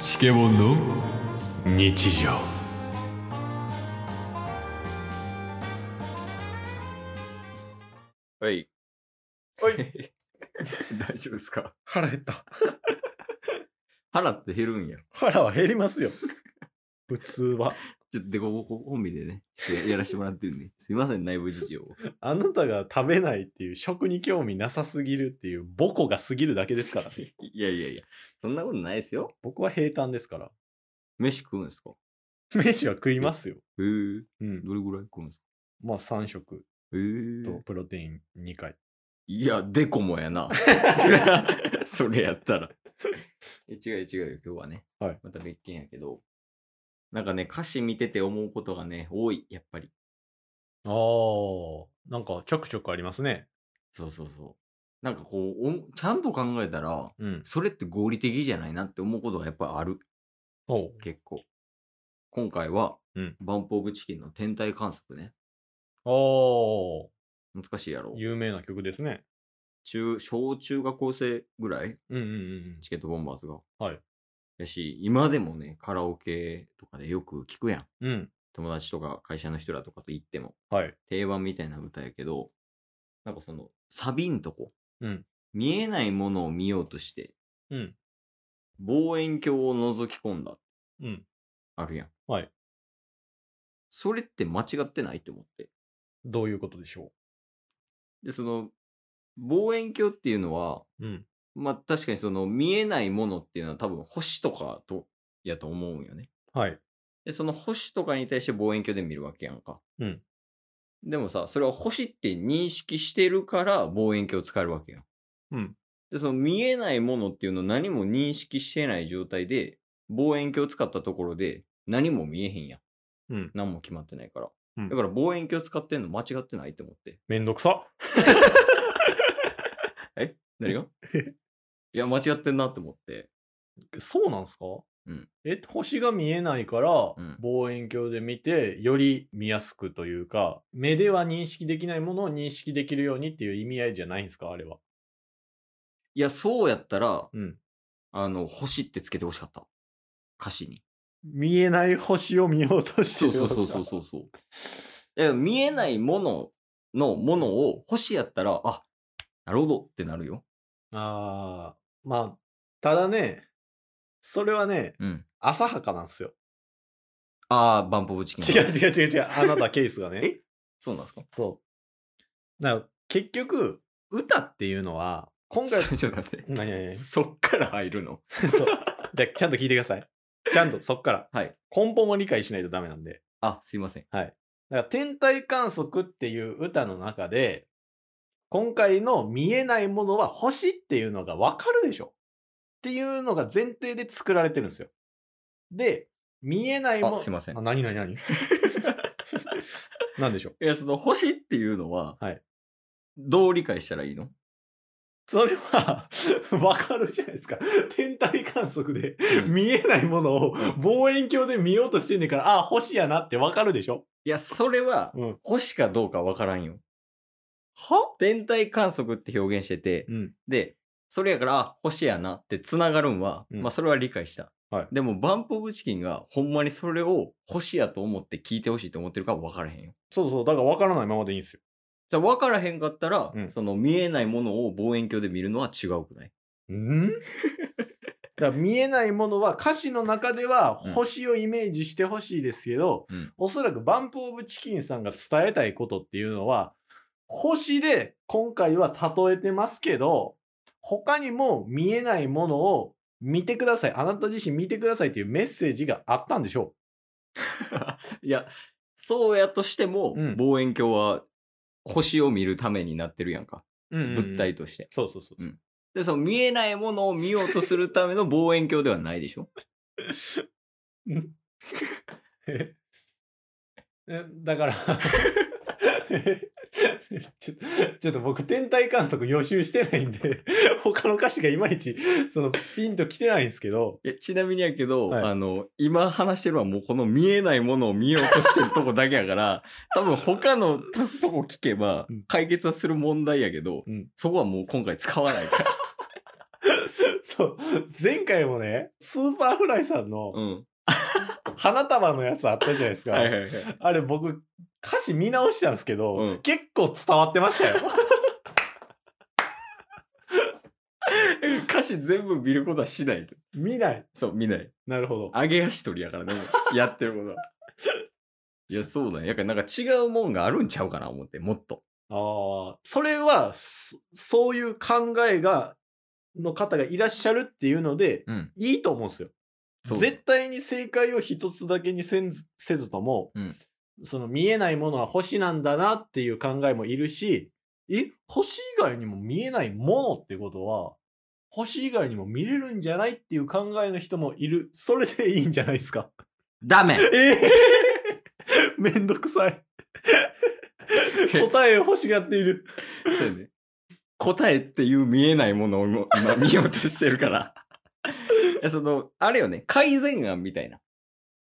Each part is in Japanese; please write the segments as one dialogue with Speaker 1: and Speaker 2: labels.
Speaker 1: チケボンの日常
Speaker 2: はい。 大丈夫ですか
Speaker 3: 腹減った。
Speaker 2: 腹って減るんや。
Speaker 3: 腹は減り ますよ。普通は。
Speaker 2: ちょっとでこぼこコンビでね、ちょっとやらしてもらってるんで。すいません、内部事情を。
Speaker 3: あなたが食べないっていう食に興味なさすぎるっていう母語が過ぎるだけです からね。
Speaker 2: いやいやいや、そんなことないですよ。
Speaker 3: 僕は平坦ですから。
Speaker 2: 飯食うんですか
Speaker 3: 飯は食いますよ。
Speaker 2: へえ、
Speaker 3: うん。
Speaker 2: どれぐらい食うんですか
Speaker 3: まあ3食
Speaker 2: へえ
Speaker 3: とプロテイン2回。
Speaker 2: いや、デコもや な。それやったら。え違う違うよ、今日はね。
Speaker 3: はい
Speaker 2: また別件やけど。なんかね、歌詞見てて思うことがね、多い、やっぱり。
Speaker 3: ああ、なんかちょくちょくありますね。
Speaker 2: そうそうそう。なんかこう、おちゃんと考えたら、
Speaker 3: うん。
Speaker 2: それって合理的じゃないなって思うことがやっぱりある、
Speaker 3: おう
Speaker 2: 結構。今回は、
Speaker 3: うん
Speaker 2: バンプオブチキンの天体観測ね。
Speaker 3: お
Speaker 2: 難しいやろ
Speaker 3: ー。有名な曲ですね。
Speaker 2: 中、小中学校生ぐらい
Speaker 3: うんうんうん
Speaker 2: チケットボンバーズが。
Speaker 3: はい。
Speaker 2: やし、今でもね、カラオケとかでよく聞くやん。
Speaker 3: うん。うん。
Speaker 2: 友達とか会社の人らとかと行っても。
Speaker 3: はい。
Speaker 2: 定番みたいな歌やけど、なんかその、サビんとこ。
Speaker 3: うん
Speaker 2: 見えないものを見ようとして、
Speaker 3: うん。
Speaker 2: 望遠鏡を覗き込んだ。
Speaker 3: うん。
Speaker 2: あるやん。
Speaker 3: はい。
Speaker 2: それって間違ってないって思って。
Speaker 3: どういうことでしょ
Speaker 2: で、その、望遠鏡っていうのは、
Speaker 3: ううん。
Speaker 2: まあ確かにその見えないものっていうのは多分星とかと、やと思うんよね。
Speaker 3: はい。
Speaker 2: で、その星とかに対して望遠鏡で見るわけやんか。
Speaker 3: うん。
Speaker 2: でもさ、それは星って認識してるから望遠鏡を使えるわけやん。
Speaker 3: うん。
Speaker 2: で、その見えないものっていうのを何も認識してない状態で、望遠鏡を使ったところで何も見えへんやん。
Speaker 3: うん。
Speaker 2: 何も決まってないから。
Speaker 3: うん
Speaker 2: だから望遠鏡使ってんの間違ってないって思って。
Speaker 3: めんどくさ。
Speaker 2: 何が いや、間違ってんなって思って。
Speaker 3: そうなんすか
Speaker 2: うん
Speaker 3: え、星が見えないから、
Speaker 2: うん
Speaker 3: 望遠鏡で見て、より見やすくというか、目では認識できないものを認識できるようにっていう意味合いじゃないんですかあれは。
Speaker 2: いや、そうやったら、
Speaker 3: うん。
Speaker 2: あの、星ってつけてほしかった。歌詞に。
Speaker 3: 見えない星を見ようとして
Speaker 2: そう
Speaker 3: る
Speaker 2: そうそうそうそうそう。だから見えないもののものを星やったら、あ、なるほどってなるよ。
Speaker 3: あー、まあ、ただね、それはね、
Speaker 2: うん。
Speaker 3: 浅はかなんですよ。
Speaker 2: ああ、バンプオブチキン。
Speaker 3: 違う。違う違う違う。あなたケースがね。
Speaker 2: えそうなんですか
Speaker 3: そう。だから、結局、歌っていうのは、今 回、
Speaker 2: ちょっと待って。
Speaker 3: 何々
Speaker 2: そっから入るの。
Speaker 3: そう。じゃあちゃんと聞いてください。ちゃんとそっから。
Speaker 2: はい。
Speaker 3: 根本を理解しないとダメなんで。
Speaker 2: あ、すいません。
Speaker 3: だから天体観測っていう歌の中で、今回の見えないものは星っていうのがわかるでしょっていうのが前提で作られてるんですよ。で、見えないもの。
Speaker 2: あすいません
Speaker 3: あ、何 何何なんでしょう
Speaker 2: いや、その星っていうのは、
Speaker 3: はい
Speaker 2: どう理解したら いいの
Speaker 3: それは、わかるじゃないですか。天体観測で
Speaker 2: うん
Speaker 3: 見えないものを望遠鏡で見ようとしてんねんから、あ、星やなってわかるでしょ
Speaker 2: いや、それは、
Speaker 3: うん。
Speaker 2: 星かどうかわからんよ。
Speaker 3: は
Speaker 2: 天体観測って表現してて、
Speaker 3: うん。
Speaker 2: で、それやから、あ星やなってつながるんは、
Speaker 3: うん
Speaker 2: まあ、それは理解した。
Speaker 3: はい
Speaker 2: でも、バンプオブチキンが、ほんまにそれを星やと思って聞いてほしいと思ってるか分からへんよ。
Speaker 3: そうそう、だから分からないままでいいんですよ。
Speaker 2: じゃあ、分からへんかったら、
Speaker 3: うん
Speaker 2: その、見えないものを望遠鏡で見るのは違うくない
Speaker 3: んだから見えないものは歌詞の中では
Speaker 2: うん
Speaker 3: 星をイメージしてほしいですけど、
Speaker 2: うん
Speaker 3: おそらくバンプ・オブ・チキンさんが伝えたいことっていうのは星で今回は例えてますけど他にも見えないものを見てくださいあなた自身見てくださいっていうメッセージがあったんでしょ
Speaker 2: いや、そうやとしても、
Speaker 3: うん
Speaker 2: 望遠鏡は、星を見るためになってるやんか。
Speaker 3: う、
Speaker 2: 物体として。
Speaker 3: そうそうそうそう、
Speaker 2: うんで、その、見えないものを見ようとするための望遠鏡ではないでし ょ
Speaker 3: えだから ちょちょっと僕天体観測予習してないんで他の歌詞がいまいちそのピンときてないんですけど
Speaker 2: いやちなみにやけど、
Speaker 3: はい
Speaker 2: あの、今話してるのはもうこの見えないものを見ようとしてるとこだけや から、多分他のとこ聞けば
Speaker 3: うん
Speaker 2: 解決はする問題やけど、
Speaker 3: うん
Speaker 2: そこはもう今回使わないから。
Speaker 3: そう。前回もね、スーパーフライさんの
Speaker 2: うん。
Speaker 3: 花束のやつあったじゃないですか。
Speaker 2: はいはいはい。
Speaker 3: あれ僕、歌詞見直したんですけど、
Speaker 2: うん
Speaker 3: 結構伝わってましたよ。
Speaker 2: 歌詞全部見ることはしないけど。
Speaker 3: 見ない。
Speaker 2: そう、見ない。
Speaker 3: なるほど。
Speaker 2: 上げ足取りやからね、も うやってることは。いや、そうなんや。やからなんか違うもんがあるんちゃうかな、思って、もっと。
Speaker 3: ああ、それは、そそういう考えが、の方がいらっしゃるっていうので、
Speaker 2: うん。
Speaker 3: いいと思うんですよ。
Speaker 2: そう
Speaker 3: 絶対に正解を一つだけにせんずせずとも、
Speaker 2: うん
Speaker 3: その見えないものは星なんだなっていう考えもいるし、え、星以外にも見えないものってことは、星以外にも見れるんじゃないっていう考えの人もいる。それでいいんじゃないですか。
Speaker 2: ダメ
Speaker 3: ええ めんどくさい。答えを欲しがっている。
Speaker 2: そうやね。答えっていう見えないものを 今見ようとしてるから。いやその、あれよね、改善案みたいな。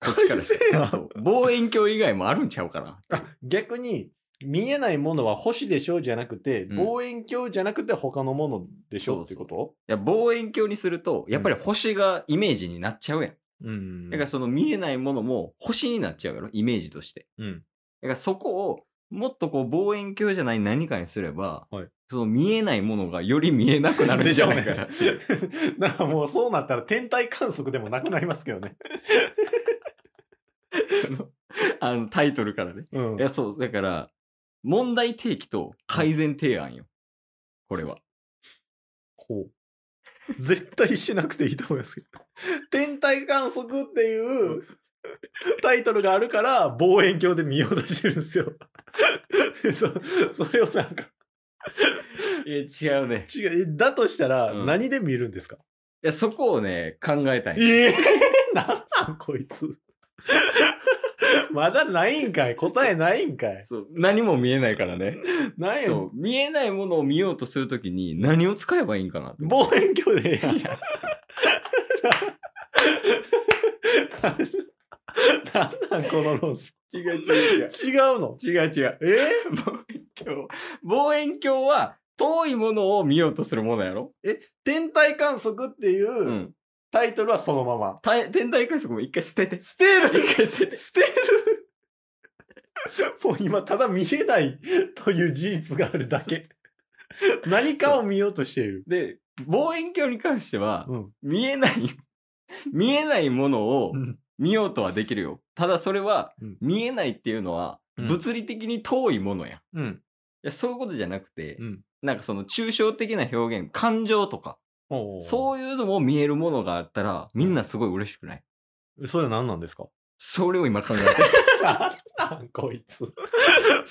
Speaker 2: こっちからして
Speaker 3: 改善案
Speaker 2: そう。望遠鏡以外もあるんちゃうかな。
Speaker 3: 逆に、見えないものは星でしょうじゃなくて、
Speaker 2: うん
Speaker 3: 望遠鏡じゃなくて他のものでしょうってこと
Speaker 2: いや望遠鏡にすると、やっぱり星がイメージになっちゃうやん。
Speaker 3: うん
Speaker 2: だからその見えないものも星になっちゃうやろ、イメージとして。
Speaker 3: うん。
Speaker 2: だからそこを、もっとこう望遠鏡じゃない何かにすれば、
Speaker 3: はい
Speaker 2: その見えないものがより見えなくなるんじゃないかなっていう。
Speaker 3: だからもうそうなったら天体観測でもなくなりますけ どね。
Speaker 2: その あのタイトルからね。
Speaker 3: うん
Speaker 2: いや、そう、だから、問題提起と改善提案よ。これは。
Speaker 3: こう。絶対しなくていいと思います けど。天体観測っていうタイトルがあるから望遠鏡で見ようとしてるんですよ。 そそれをなんか
Speaker 2: いや、違うね。
Speaker 3: 違う。だとしたら
Speaker 2: うん
Speaker 3: 何で見るんですか、
Speaker 2: いや、そこをね、考えたい。
Speaker 3: ええ なんなんこいつ。 まだないんかい答えないんかい
Speaker 2: そう何も見えないからね。
Speaker 3: なんや
Speaker 2: そう。見えないものを見ようとするときに何を使えばいいんかなって思う
Speaker 3: 望遠鏡でええやん。なんなんこの論争。
Speaker 2: 違う違う
Speaker 3: 違うの
Speaker 2: 違う。違う違う。え望遠鏡。望遠鏡は遠いものを見ようとするものやろ。
Speaker 3: 天体観測っていううんタイトルはそのまま。
Speaker 2: た天体観測も一回捨てて。捨てる一回 捨てて。
Speaker 3: 捨てるもう今ただ見えないという事実があるだけ。何かを見ようとしている。
Speaker 2: で、望遠鏡に関しては、
Speaker 3: うん。
Speaker 2: 見えない、見えないものを
Speaker 3: うん
Speaker 2: 見ようとはできるよ。ただそれは
Speaker 3: うん、
Speaker 2: 見えないっていうのは、
Speaker 3: うん
Speaker 2: 物理的に遠いものや。い
Speaker 3: うん。
Speaker 2: やそういうことじゃなくて、
Speaker 3: うん
Speaker 2: なんかその抽象的な表現、感情とか、
Speaker 3: そ
Speaker 2: そういうのも見えるものがあったら、みんなすごい嬉しくない。
Speaker 3: う。それ何なんですか
Speaker 2: それを今考えて
Speaker 3: なんなんこいつ。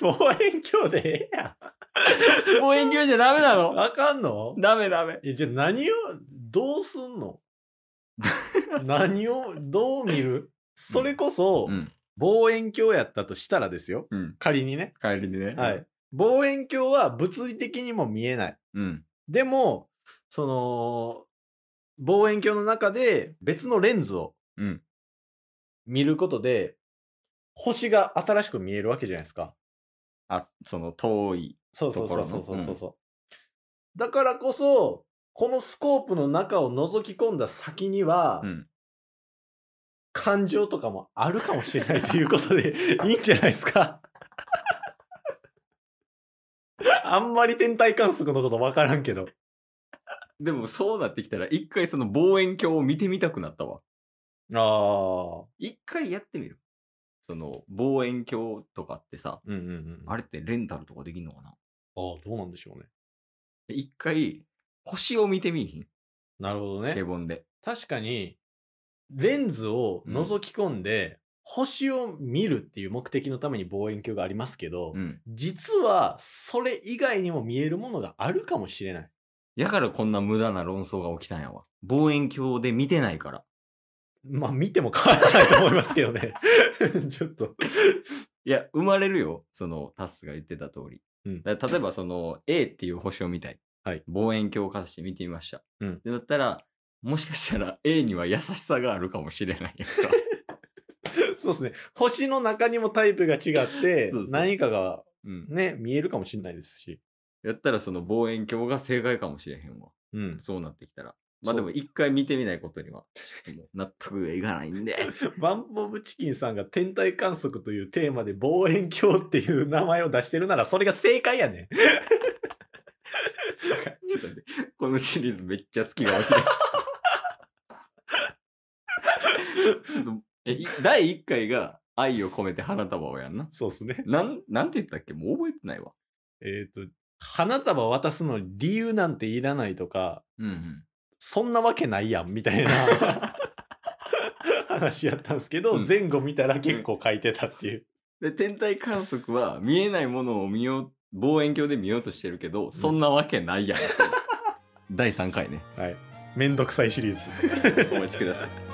Speaker 3: 望遠鏡でええやん。
Speaker 2: る。望遠鏡じゃダメなの
Speaker 3: あかんの
Speaker 2: ダメダメ。
Speaker 3: え、じゃあ何を、どうすん の何を、どう見るそれこそ、
Speaker 2: うん。
Speaker 3: 望遠鏡やったとしたらですよ。
Speaker 2: うん。
Speaker 3: 仮にね。
Speaker 2: 帰りでね。
Speaker 3: はい。。望遠鏡は物理的にも見えない。
Speaker 2: うん。
Speaker 3: でも、その、望遠鏡の中で別のレンズを
Speaker 2: うん。
Speaker 3: 見ることで、星が新しく見えるわけじゃないですか。
Speaker 2: あ、その遠い。
Speaker 3: そうそうそう
Speaker 2: とこ
Speaker 3: そ
Speaker 2: ろ
Speaker 3: う
Speaker 2: の
Speaker 3: そうそうそう、だからこそ、このスコープの中を覗き込んだ先には、
Speaker 2: うん。
Speaker 3: 感情とかもあるかもしれないということ で、いいんじゃないですか。あんまり天体観測のこと分からんけど。
Speaker 2: でもそうなってきたら、一回その望遠鏡を見てみたくなったわ。
Speaker 3: ああ。
Speaker 2: 一回やってみるその望遠鏡とかってさ
Speaker 3: うんうんうん。あ
Speaker 2: あれってレンタルとかできんのかな
Speaker 3: あー、どうなんでしょうね。
Speaker 2: 一回星を見てみいひん
Speaker 3: なるほど
Speaker 2: シ
Speaker 3: ね
Speaker 2: ェ。ボンで
Speaker 3: 確かに、レンズを覗き込んで、星を見るっていう目的のために望遠鏡がありますけど、
Speaker 2: うん
Speaker 3: 実はそれ以外にも見えるものがあるかもしれ ない。
Speaker 2: やからこんな無駄な論争が起きたんやわ望遠鏡で見てないから
Speaker 3: まあ見ても変わらないと思いますけどね。 ちょっと。
Speaker 2: いや生まれるよそのタスが言ってた通り、
Speaker 3: うん
Speaker 2: だから例えばその A っていう星を見たい、
Speaker 3: はい
Speaker 2: 望遠鏡をかざして見てみました、
Speaker 3: うん
Speaker 2: でだったらもしかしたら A には優しさがあるかもしれないやん か
Speaker 3: そうですね。星の中にもタイプが違って
Speaker 2: そうそ、う
Speaker 3: 何かが
Speaker 2: うん
Speaker 3: ね、見えるかもしれないですし。
Speaker 2: やったらその望遠鏡が正解かもしれへんわ
Speaker 3: うん。
Speaker 2: そうなってきたらまあで
Speaker 3: そ
Speaker 2: も一回見てみないことには、ちょっともう納得がいかないんで。
Speaker 3: バンプ・オブ・チキンさんが天体観測というテーマで望遠鏡っていう名前を出してるならそれが正解やねん。
Speaker 2: ちょっと待って、このシリーズめっちゃ好きかもし れない。ちょっと、え、い第1回が愛を込めて花束をやんな。
Speaker 3: そうっすね。
Speaker 2: なん、なんて言ったっけもう覚えてないわ。
Speaker 3: えっ、と、花束渡すのに理由なんていらないとか、
Speaker 2: うんうん。
Speaker 3: そんなわけないやんみたいな 話やったんですけど、
Speaker 2: うん
Speaker 3: 前後見たら結構書いてたっていう。
Speaker 2: で、天体観測は見えないものを見よう、望遠鏡で見ようとしてるけど、そんなわけないやん。第3回ね。
Speaker 3: はい。めんどくさいシリーズ。
Speaker 2: お待ちください。